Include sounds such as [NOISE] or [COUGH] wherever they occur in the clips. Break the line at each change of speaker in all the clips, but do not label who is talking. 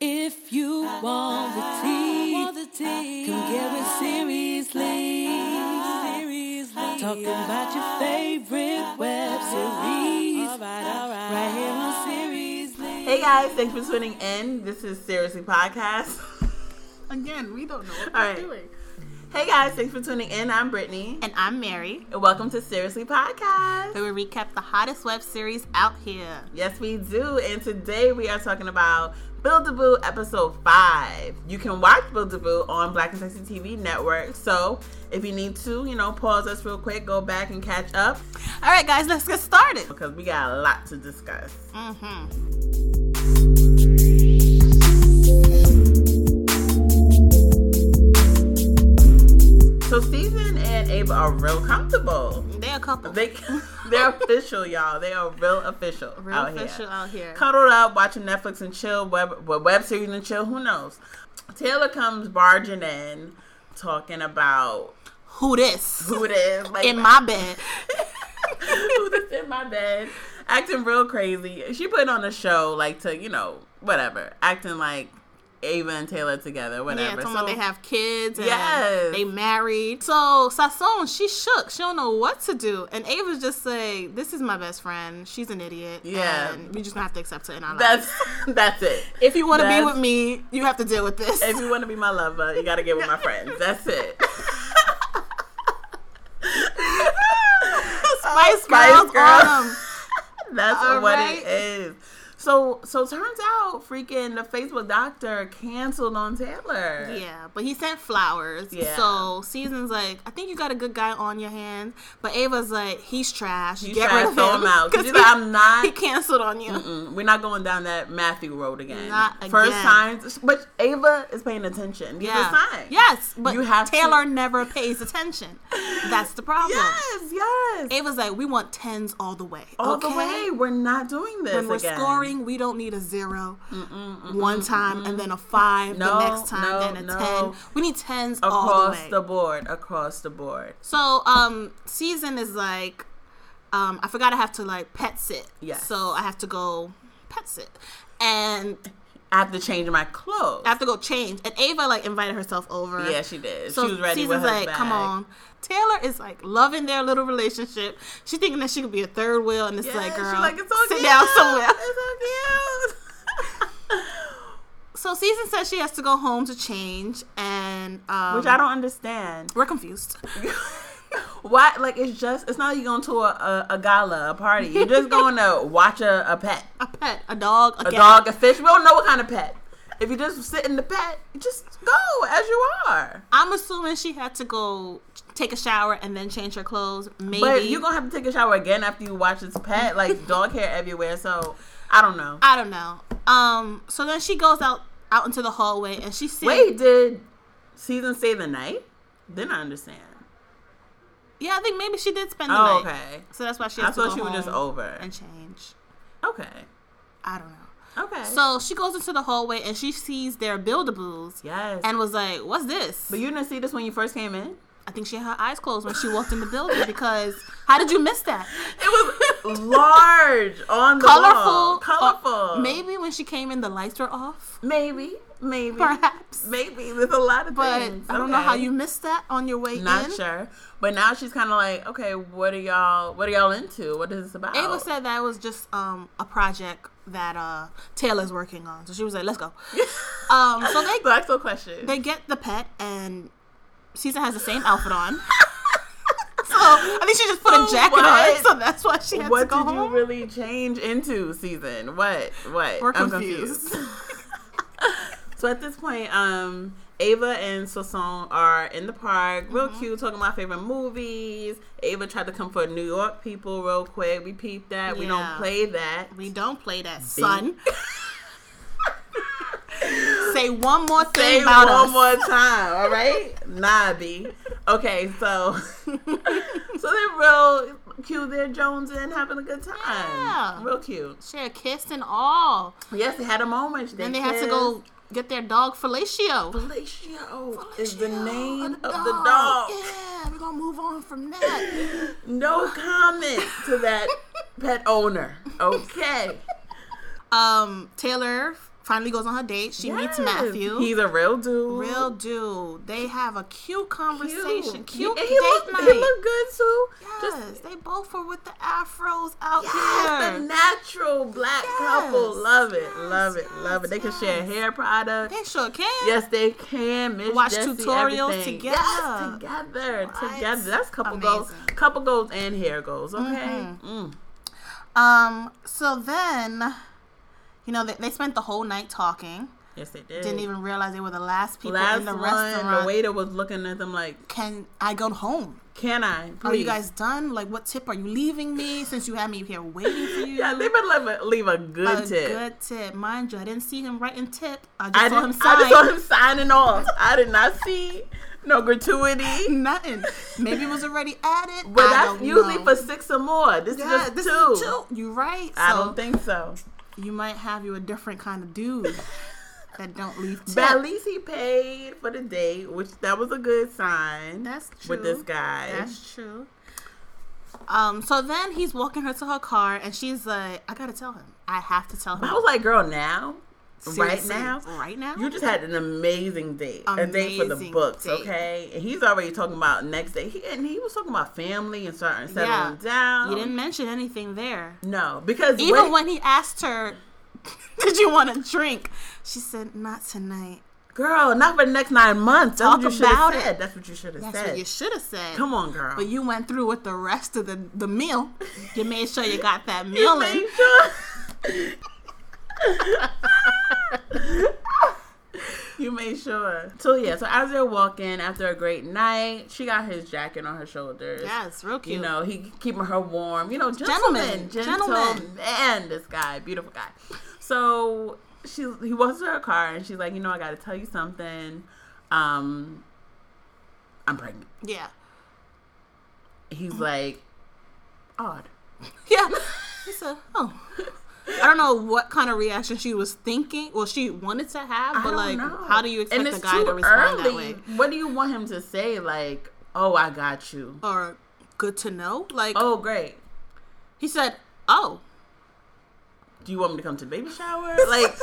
If you want the tea, come get it seriously. Seriously, talking about your favorite web series. Right here on Seriously.
Hey guys, thanks for tuning in. This is Seriously Podcast.
[LAUGHS] Again, we don't know what
All
we're
right.
doing.
Hey guys, thanks for tuning in. I'm Brittany,
And I'm Mary,
and welcome to Seriously Podcast.
where we recap the hottest web series out here.
Yes, we do. And today we are talking about Build-A-Boo episode 5. You can watch Build-A-Boo on Black and Sexy TV network. So if you need to, you know, pause us real quick, go back and catch up
All right, guys, let's get started.
because we got a lot to discuss.
Mm-hmm.
So Season and Ava are real comfortable.
They're a couple.
They, [LAUGHS] they're official, y'all. They are real official
Real
out
official
here.
out here.
cuddled up, watching Netflix and chill, web, web web series and chill, who knows? Taylor comes barging in, talking about
Who
[LAUGHS]
this?
who it is, like
In my bed.
[LAUGHS] who this in my bed, acting real crazy. She put on a show, like to you know whatever, acting like Ava and Taylor together,
Yeah,
whatever.
talking about they have kids and
Yes.
they married. So Sasson, she shook. She don't know what to do. And Ava's just say, This is my best friend. She's an idiot.
Yeah.
And we just gonna have to accept her in our life.
that's [LAUGHS] that's it.
if you wanna be
that's-
with me, you have to deal with this.
if
[LAUGHS]
you want to be my lover, you gotta get with my friends. That's it.
Spice,
Spice
Girls,
Girls.
on 'em.
[LAUGHS] That's
All
what
right.
it is. So so turns out freaking the Facebook doctor canceled on Taylor.
Yeah, but he sent flowers.
Yeah.
So Season's like, I think you got a good guy on your hands. But Ava's like, he's trash.
You
Get
try
rid
to
of
throw
him.
him out.
[LAUGHS] 'Cause
She's like, I'm not.
He canceled on you.
Mm, [LAUGHS] We're not going down that Matthew road again.
Not
First
again.
signs, but Ava is paying attention. Give yeah.
Yeah.
a sign.
Yes, but
You have to-
Taylor never pays attention. That's the problem.
Yes. Yes.
Ava's like, we want tens all the way.
All
okay?
the way. We're not doing this
When we're
again.
scoring, we don't need a 0 one time and then a five
No,
the next time,
no,
then a
no.
ten. We need tens all the
across
way.
the, board. Across the board.
So, um, season is like, um, I forgot I have to like pet sit.
Yes.
So I have to go pet sit, and
I have to change my clothes.
I have to go change. And Ava like invited herself over.
yeah, she did.
So
she was ready with
season's
her
like,
bag.
come on. Taylor is like loving their little relationship. She thinking that she could be a third wheel, and it's
Yeah,
like,
she
girl,
like, it's so
sit
cute.
down somewhere.
It's
[LAUGHS]
so cute.
So season says she has to go home to change, and um,
Which I don't understand.
We're confused.
[LAUGHS] Why? Like it's just it's not like you're going to a, a, a gala, a party. You're just going
[LAUGHS]
to watch a, a pet,
A pet, a dog, a,
a
cat.
dog, a fish. We don't know what kind of pet. If you just sit in the pet, just go as you are.
I'm assuming she had to go take a shower and then change her clothes. Maybe.
But you're gonna have to take a shower again after you watch this pet, like dog hair everywhere. So I don't know.
I don't know. Um. So then she goes out out into the hallway and she sees.
Wait, did season stay the night? Then I understand.
Yeah, I think maybe she did spend the
Oh,
night.
okay.
So that's why she.
I
Has to
thought
go
she was just
home
over.
and change.
Okay.
I don't know.
Okay.
So she goes into the hallway and she sees their buildables
yes.
and was like, "What's this?"
But you didn't see this when you first came in.
I think she had her eyes closed when she walked in
[LAUGHS]
the building because how did you miss that?
It was [LAUGHS] large on the
Colorful,
wall.
or-
Colorful.
maybe when she came in, the lights were off.
Maybe. Maybe.
Perhaps.
Maybe. There's a lot of
But
things.
I don't know
Okay.
how you missed that on your way
Not
in.
sure. But now she's kind of like, okay, what are y'all? What are y'all into? What is this about?
Ava said that was just um, a project that uh, Taylor's working on. So she was
[LAUGHS]
like, let's go. um, so they,
[LAUGHS] Black soul question.
they get the pet, and Season has the same
[LAUGHS]
outfit on. so I think she just put a
So
jacket
what?
on. So that's why she had
what
to
did
go home.
you really change into season? What? What?
We're
I'm
confused.
[LAUGHS]
[LAUGHS]
so at this point, um, Ava and Sasson are in the park, real
Mm-hmm.
cute, talking about favorite movies. Ava tried to come for New York people real quick. We peeped that. We don't
Yeah.
play that.
we don't play
[LAUGHS]
that, son. Say one more thing
Say
about
one
us. [LAUGHS]
more time, all right? nah, B. Okay, so [LAUGHS] so they're real cute. They're Jones and having a good time.
Yeah.
Real cute.
Share kiss and all.
Yes, they had a moment.
And they had to go get their dog Felicio.
Fellatio is the
Felicio,
name
a
of the dog.
Yeah, we're gonna move on from that.
No comment to that pet owner. Okay.
um, Taylor finally goes on her date. She meets Matthew.
He's a real dude.
Real dude. They have a cute conversation. Cute,
and
date
he looked,
night.
He looked good too.
yes,
Just
they both were with the afros out
yes,
here.
the natural black
Yes,
couple. Love it. love it.
yes,
love it. They can share
yes.
hair products.
they sure can.
Yes, they can. Miss
Watch
Jessie,
tutorials
everything.
together.
Yes, together,
What?
together. That's couple goals,
Amazing. Mm-hmm.
couple goals, and hair goals. Okay. Mm.
Um. So then, you know, they, they spent the whole night talking.
Yes, they did.
Didn't even realize they were the last people
Last
in the
one,
restaurant.
the waiter was looking at them like,
Can I go home?
"Can I? Please?
Are Oh, you guys done? Like, what tip are you leaving me since you had me here waiting for
[LAUGHS]
you?
Yeah, they better leave a, leave a good
a
tip.
good tip. Mind you, I didn't see him writing tip. I just
I,
saw
did,
him sign.
I just saw him signing off. I did not see no
[LAUGHS]
gratuity.
Nothing. Maybe it was already added.
But
I
that's
don't
usually
know.
for six or more. This
Yeah,
is just
this
two.
Is two. You right?
I
so
don't think so.
you might have you a different kind of dude
[LAUGHS]
that don't leave tip.
But at least he paid for the date, which that was a good sign.
That's true.
With this guy.
That's true. Um, so then he's walking her to her car, and she's like, "I gotta tell him. I have to tell him
I was like, girl, now,
Seriously,
right now,
right now.
you just had an amazing date, a date for the
Amazing
books,
date.
okay? And he's already talking about next day. He and he was talking about family and starting settling down.
You didn't mention anything there.
no, because
Even
when-
when he asked her, [LAUGHS] "Did you want a drink?" She said, "Not tonight."
Girl, not for the next nine months. That's
Talk
what you should have
about it.
said. That's what you should have
That's
said.
what you should have said.
Come on, girl.
But you went through with the rest of the,
[LAUGHS]
the meal. You made sure you got that meal in.
Make sure- [LAUGHS] you made sure. So yeah, so as they're walking after a great night, she got his jacket on her shoulders.
Yes, real cute.
You know, he keeping her warm. You know, gentleman,
Gentleman,
gentleman, man, this guy, beautiful guy. So she, he walks to her car, and she's like, you know, I got to tell you something. Um, I'm pregnant.
Yeah.
He's like, odd.
Yeah. He said, oh. I don't know what kind of reaction she was thinking. Well, she wanted to have, but
don't
like,
know.
how do you expect
And
a
it's
guy
too
to respond that
early.
way?
What do you want him to say? Like, oh, I got you.
Or good to know? Like,
Oh, great.
he said, oh.
Do you want me to come to the baby shower? Like,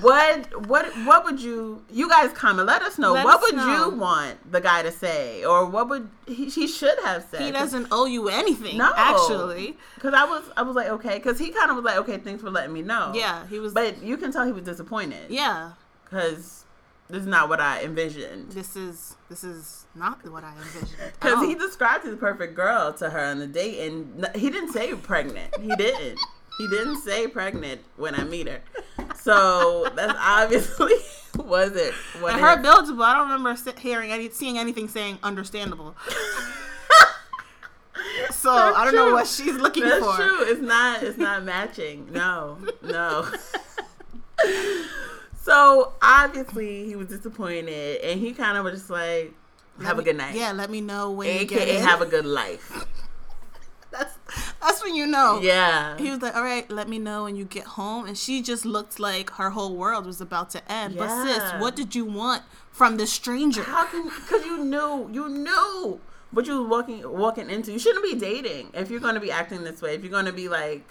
what, what, what would you? You guys comment. Let us know.
Let
what
us
would
know.
you want the guy to say, or what would he, he should have said?
He doesn't owe you anything,
No,
actually.
because I was, I was like, okay, because he kind of was like, okay, thanks for letting me know.
Yeah, he was.
but you can tell he was disappointed.
yeah,
because this is not what I envisioned.
this is this is not what I envisioned. at
Because he
all.
described his perfect girl to her on the date, and n- he didn't say pregnant. He didn't. he didn't say pregnant when I meet her. So
[LAUGHS]
that's obviously [LAUGHS] wasn't what
And
it-
her buildable. I don't remember se- hearing any, seeing anything saying understandable.
[LAUGHS]
so I don't know
true.
what she's looking
[LAUGHS] That's
for.
true. It's not. It's not matching. No.
[LAUGHS]
No. so obviously he was disappointed, and he kind of was just like, "Have a good night."
Yeah, let me know when you get
AKA
in.
have a good life.
[LAUGHS] that's that's when you know.
Yeah.
He was like, "All right, let me know when you get home," and she just looked like her whole world was about to end. But
Yeah.
sis, what did you want from this stranger?
How can? Because you knew, you knew what you was walking walking into. You shouldn't be dating if you're going to be acting this way. If you're going to be like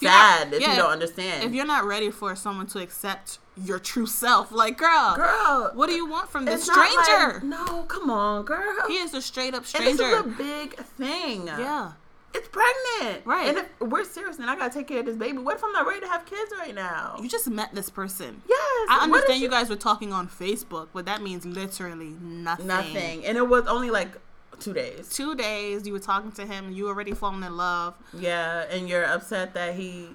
you're not-
sad, if
yeah,
you don't understand,
If you're not ready for someone to accept your true self, like girl,
girl,
what do you want from this
it's not like-
stranger?
no, come on, girl.
he is a straight up
and this
stranger.
is a big thing.
yeah.
it's pregnant,
Right.
And if we're serious, then I gotta take care of this baby. What if I'm not ready to have kids right now?
You just met this person.
yes,
I
what
understand
if
you guys were talking on Facebook, but that means literally nothing.
Nothing, and it was only like two days.
Two days you were talking to him, you already fallen in love.
Yeah, and you're upset that he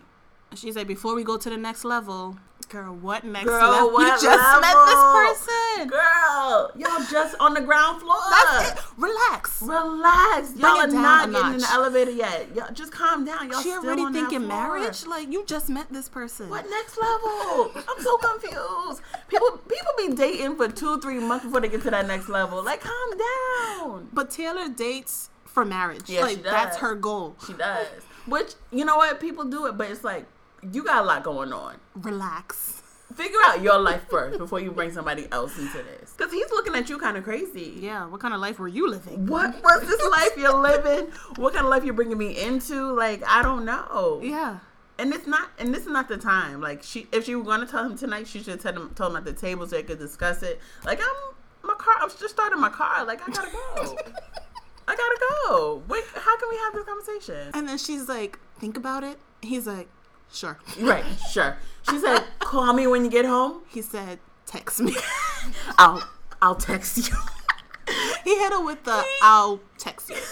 She said, Before we go to the next level, girl, what next
Girl,
level? [LAUGHS]
what
you just
level?
met this person.
Girl, y'all just on the ground floor.
That's it. Relax.
Relax. Y'all
it
are
down
not
a
getting in the
notch.
elevator yet. Y'all just calm down. Y'all
She
still
already
on that
thinking
floor.
marriage? Like, you just met this person.
What next level? I'm so confused. People people be dating for two, three months before they get to that next level. Like calm down.
But Taylor dates for marriage.
Yeah,
like,
she does.
that's her goal.
She does. Which you know what? People do it, but it's like you got a lot going on.
Relax.
Figure out your life first before you bring somebody else into this. Cause he's looking at you kind of crazy.
Yeah, what kind of life were you living?
what was [LAUGHS] this life you're living? What kind of life you're bringing me into? Like, I don't know.
Yeah.
and it's not and this is not the time. Like she if she were gonna tell him tonight, she should have told him, told him at the table so they could discuss it. Like I'm my car I'm just starting my car, like I gotta [LAUGHS] go. I gotta go. Wait, how can we have this conversation?
And then she's like, think about it. He's like, sure.
[LAUGHS] Right, sure. She said, Call me when you get home.
[LAUGHS] He said, text me.
[LAUGHS] I'll I'll text you.
[LAUGHS] he hit her with the, I'll text you.
[LAUGHS]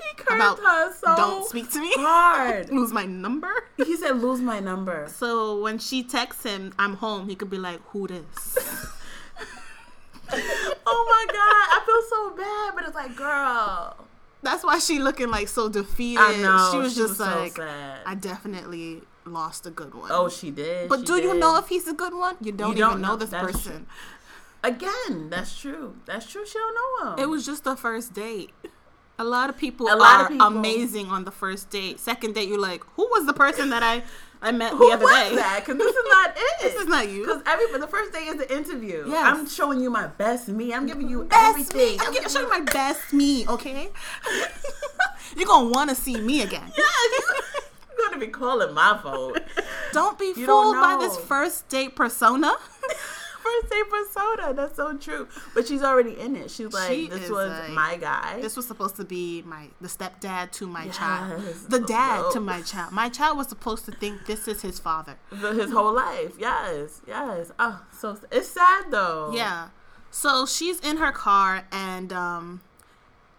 He cursed her so
don't speak to me.
hard.
[LAUGHS] Lose my number.
[LAUGHS] He said, Lose my number.
So when she texts him, I'm home, he could be like, Who this?
oh my god, I feel so bad, but it's like, girl.
That's why she looking like so defeated.
I know,
She was
she was
just
so
like,
sad.
I definitely lost a good one.
Oh, she did.
but
she
do you
did.
know if he's a good one? You don't,
You don't
even know,
know.
this
That's
person.
Again, that's true. That's true. She don't know him.
It was just the first date. A lot of people
A lot
are
of people-
amazing on the first date. Second date, you're like, who was the person that I, I met
Who
the other
was
day?
that? Because [LAUGHS] this is not it.
This is not you.
Because every the first day is the interview.
Yes.
I'm showing you my best me. I'm giving you
Best me.
everything.
I'm
[LAUGHS]
gonna show you my best me, okay? [LAUGHS] You're gonna wanna see me again.
[LAUGHS] You're gonna be calling my phone. [LAUGHS]
Don't be
You don't
fooled by this
know.
first date persona. [LAUGHS]
First day persona. That's so true. But she's already in it. She's like,
She
this
is
was
like-
my guy.
This was supposed to be my the stepdad to my
Yes.
child. The dad
No.
to my child. My child was supposed to think this is his father.
the, his whole life. Yes, yes. Oh, so it's sad though.
Yeah. So she's in her car and um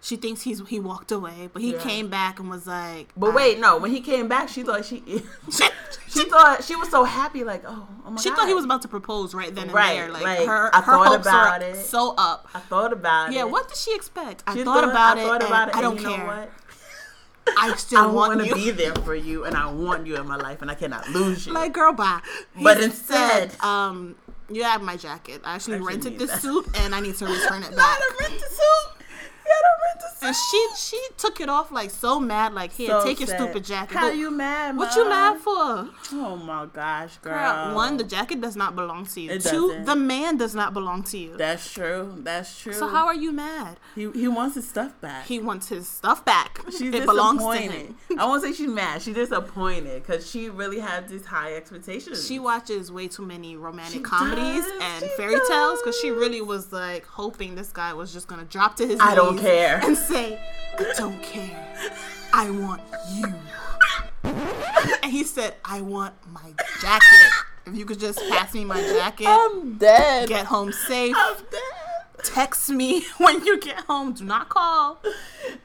she thinks he's he walked away, but he
Yeah.
came back and was like
But
I-
wait, no. When he came back, she thought she [LAUGHS]
[LAUGHS] she,
she thought she was so happy. Like, oh, oh my
she
god.
thought he was about to propose right then and
Right,
there. Like,
like,
her,
I
her
thought
hopes
about
are
it.
so up.
I thought about
Yeah,
it.
what did she expect? I
She
thought about
I
it.
thought about
and
it.
I
and
don't
you know
care.
what?
I still
I
want,
want to
you.
be there for you, and I want you in my life, and I cannot lose you. [LAUGHS]
[LAUGHS] like, girl, bye. He
But instead-
said, um, you have my jacket. I actually
Actually
rented
need
this
that.
suit, and I need to
[LAUGHS]
return it
Not
back.
a rent a suit. Not a rent
And
a suit.
she she took it off like so mad, like here,
So
take your
sad.
stupid jacket.
How
But
you mad?
what you
Mom?
mad for?
Oh my gosh, girl.
Girl, one, the jacket does not belong to you.
It
2
doesn't.
the man does not belong to you.
That's true. That's true.
so how are you mad?
he he wants his stuff back.
He wants his stuff back.
She's
[LAUGHS] it
disappointed.
belongs to him.
[LAUGHS] I won't say she's mad. She's disappointed because she really had these high expectations.
She watches way too many romantic
She
comedies
does,
and
she
fairy tales because she
does.
really was like hoping this guy was just gonna drop to his
I don't
knees
care.
and say, "I don't care. I want you." and he said, "I want my jacket. If you could just pass me my jacket,
I'm dead.
get home safe.
I'm dead.
Text me [LAUGHS] when you get home. Do not call. What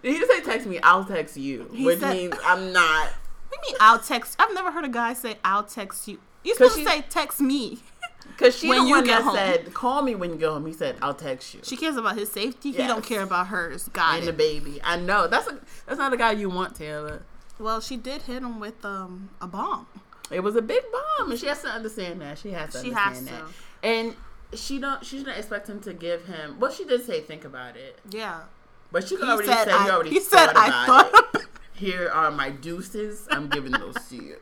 He didn't say text me. I'll text you, which
said-
means I'm not.
do you mean I'll text? I've never heard a guy say I'll text you. You're
'Cause
supposed to
she-
say text me. [LAUGHS]
Because she
When
the
you
one
get
that
home.
said, "Call me when you go home." He said, "I'll text you."
She cares about his safety. He don't
Yes.
care about hers. Got
and
it.
the baby. I know that's a, that's not the guy you want, Taylor.
Well, she did hit him with um a bomb.
It was a big bomb, and she has to understand that. She has to
She has
understand
to.
that. And she don't. She shouldn't expect him to give him. Well, she did say, "Think about it,"
Yeah.
but you
He
already
said
said,
I-
you already.
he said,
thought
"I
about
thought
it.
about it."
Here are my deuces. I'm giving those to you.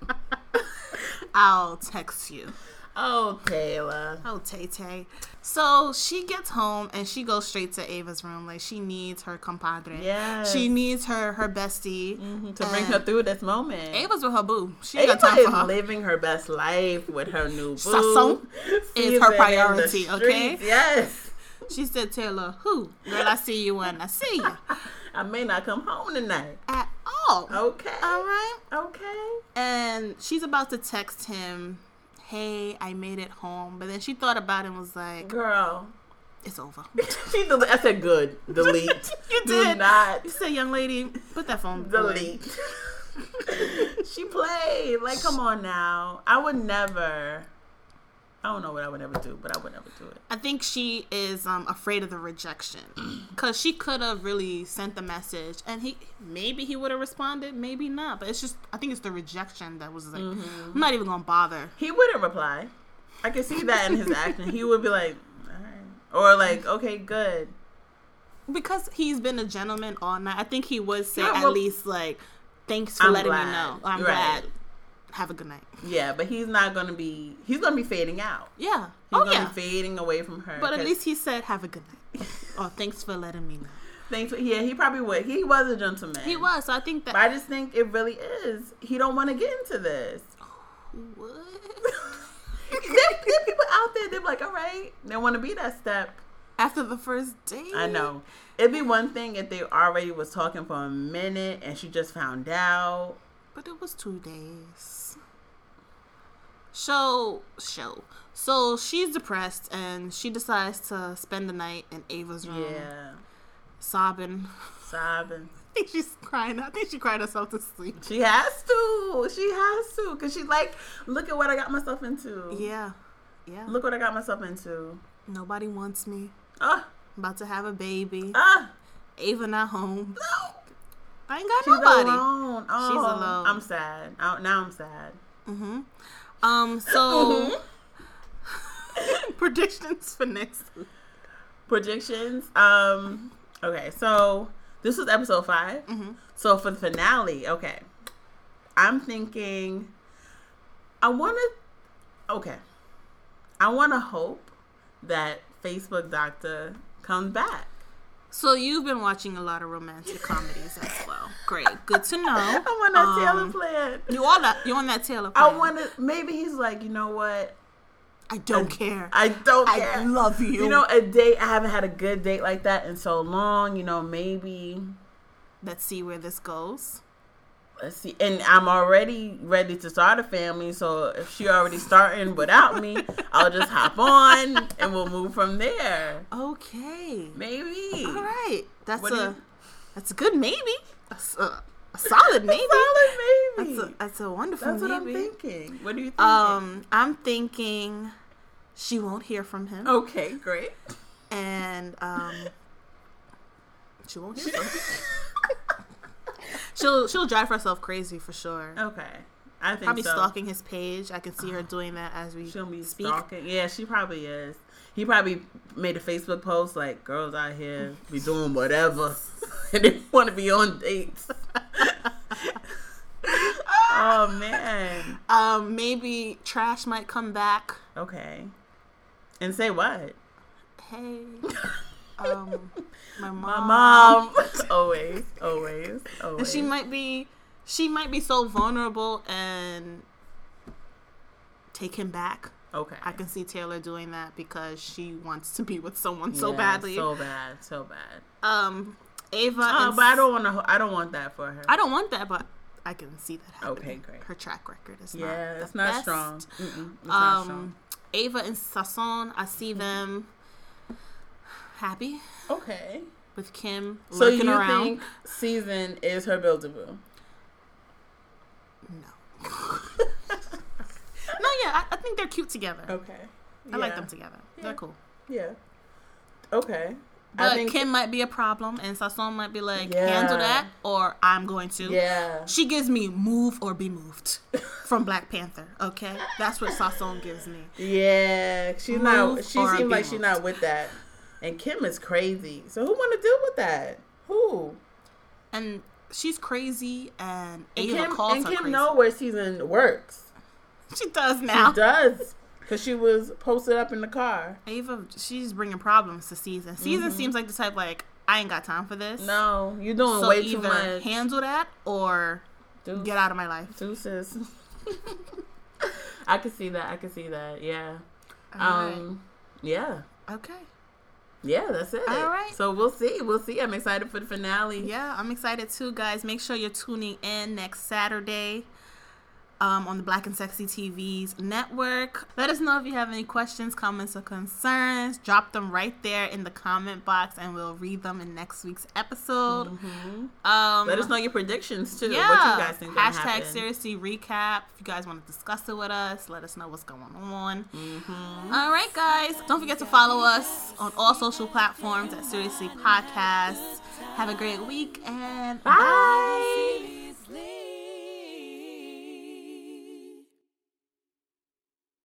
I'll text you.
[LAUGHS] Oh, Taylor.
Oh, Tay Tay. So she gets home and she goes straight to Ava's room. Like she needs her compadre.
Yes. Mm-hmm,
She needs her her bestie
To bring her through this moment.
Ava's with her boo. She ain't
Ava
got time
is
for her.
living her best life with her new boo.
Sasson
Season
her
in the
priority, okay?
streets, Yes.
She said, Taylor, who? Girl, I see you when I see you.
I may not come home tonight.
At all.
Okay.
All right.
Okay.
And she's about to text him, hey, I made it home. But then she thought about it and was like,
Girl.
it's
[LAUGHS]
over.
She del- I said good. Delete.
[LAUGHS] You
Do
did.
not
You said, young lady, put that phone away."
delete. [LAUGHS] she played. Like, come on now. I would never. I don't know what I would ever do, but I would never do it.
I think she is um, afraid of the rejection
[CLEARS THROAT]
because she could have really sent the message, and he maybe he would have responded, maybe not. But it's just I think it's the rejection that was like
Mm-hmm.
I'm not even gonna bother.
He wouldn't reply. I could see that in his action. He would be like, all right. Or like, okay, good.
because he's been a gentleman all night, I think he would say
Yeah,
at
well-
least like, "Thanks for
I'm
letting me
glad.
know. I'm
Right.
glad. Have a good night."
Yeah, but he's not gonna be. He's gonna be fading out.
Yeah.
He's
oh
gonna
yeah.
be fading away from her.
But at
'cause
least he said, "Have a good night," or "Thanks for letting me know."
things. Yeah, he probably would. He was a gentleman.
He was. So I think
But I
that
just think it really is. He don't want to get into this.
what?
there, there are people out there. They're like, all right, they want to be that step.
After the first date?
I know. It'd be one thing if they already was talking for a minute and she just found out.
But it was two days. So, show. So she's depressed and she decides to spend the night in Ava's room,
Yeah,
sobbing. [LAUGHS]
sobbing.
I think she's crying. I think she cried herself to sleep.
She has to. She has to, cause she's like, look at what I got myself into.
Yeah. Yeah.
Look what I got myself into.
Nobody wants me.
Ah,
About to have a baby.
ah.
Ava not home.
No.
I ain't got
She's
nobody.
alone. Oh,
She's alone.
I'm sad. Oh, now I'm sad.
hmm Um. So
Mm-hmm.
[LAUGHS] predictions for next. week.
Predictions. Um. Okay, so this was episode 5
Mm-hmm.
So for the finale, okay, I'm thinking. I want to. Okay, I want to hope that Facebook Doctor comes back.
So you've been watching a lot of romantic comedies as well. Great.
[LAUGHS]
Good to know.
I want that Taylor
Um,
plan.
You on that? You on that Taylor?
I
plan.
want to. Maybe he's like, you know what?
I don't care.
I don't
I
care.
love you.
You know, a date. I haven't had a good date like that in so long. You know, maybe
Let's see where this goes.
let's see. And I'm already ready to start a family, so if she already starting without me, I'll just hop on and we'll move from there.
Okay.
Maybe.
All right. That's
What do
a
you-
that's a good maybe. A, s-
[LAUGHS]
a- a solid maybe.
Solid
That's
maybe.
a, that's a wonderful
That's what I'm
maybe.
thinking. What do you think?
Um, I'm thinking she won't hear from him,
okay, great.
and um, she won't hear from him. [LAUGHS] she'll she'll drive herself crazy for sure.
Okay, I think
Probably
so.
stalking his page. I can see her doing that as we
She'll be
speak.
stalking. Yeah, she probably is. He probably made a Facebook post like, "Girls out here be doing whatever, [LAUGHS] and they want to be on
[LAUGHS]
dates." [LAUGHS] oh man.
Um, maybe trash might come back.
Okay. And say what?
Hey,
[LAUGHS]
um, my mom.
My mom. [LAUGHS] always, always,
And
always.
she might be she might be so vulnerable and take him back.
okay.
I can see Taylor doing that because she wants to be with someone so
Yeah,
badly.
So bad. So bad.
um, Ava.
Oh,
and
but I
S-
don't want to. I don't want that for her.
I don't want that, but I can see that happening.
Okay, great.
Her track record is not.
yeah,
the
it's not
best.
strong. Mm-mm, it's not strong.
Um, Ava and Sasson. I see
Mm-hmm.
them happy
Okay.
with Kim
So
lurking
you
around.
think season is her buildable?
No. [LAUGHS] no, yeah, I, I think they're cute together.
Okay.
I like them together. They're cool.
Yeah. Okay.
But Kim might be a problem, and Sasson might be like,
Yeah.
handle that, or I'm going to.
Yeah.
She gives me move or be moved from Black Panther. Okay, that's what Sasson gives me.
Yeah. She's
Move
not. She
or
seems
be
like she's
moved.
not with that. And Kim is crazy. So who want to deal with that? Who?
And she's crazy, and
And
Ava
Kim,
calls
and
her
Kim
crazy.
know where season works.
She does
She
now.
does. Cause she was posted up in the car.
Ava, she's bringing problems to season. Season seems like the type like I ain't got time for this.
Mm-hmm. No, you're doing
so
way too
either
much.
handle that or
Deuce-
get out of my life.
Deuces. [LAUGHS] I can see that. I can see that. Yeah.
All right.
Um. Yeah.
Okay.
Yeah, that's it.
All right.
So we'll see. We'll see. I'm excited for the finale.
Yeah, I'm excited too, guys. Make sure you're tuning in next Saturday um, on the Black and Sexy TV's network. Let us know if you have any questions, comments, or concerns. Drop them right there in the comment box, and we'll read them in next week's episode. Um,
Mm-hmm. Let us know your predictions too.
Yeah.
What you guys think gonna
Hashtag
happen.
seriously recap. If you guys want to discuss it with us, let us know what's going on.
Mm-hmm.
All right, guys. Don't forget to follow us on all social platforms at Seriously Podcast. Have a great week and
Bye.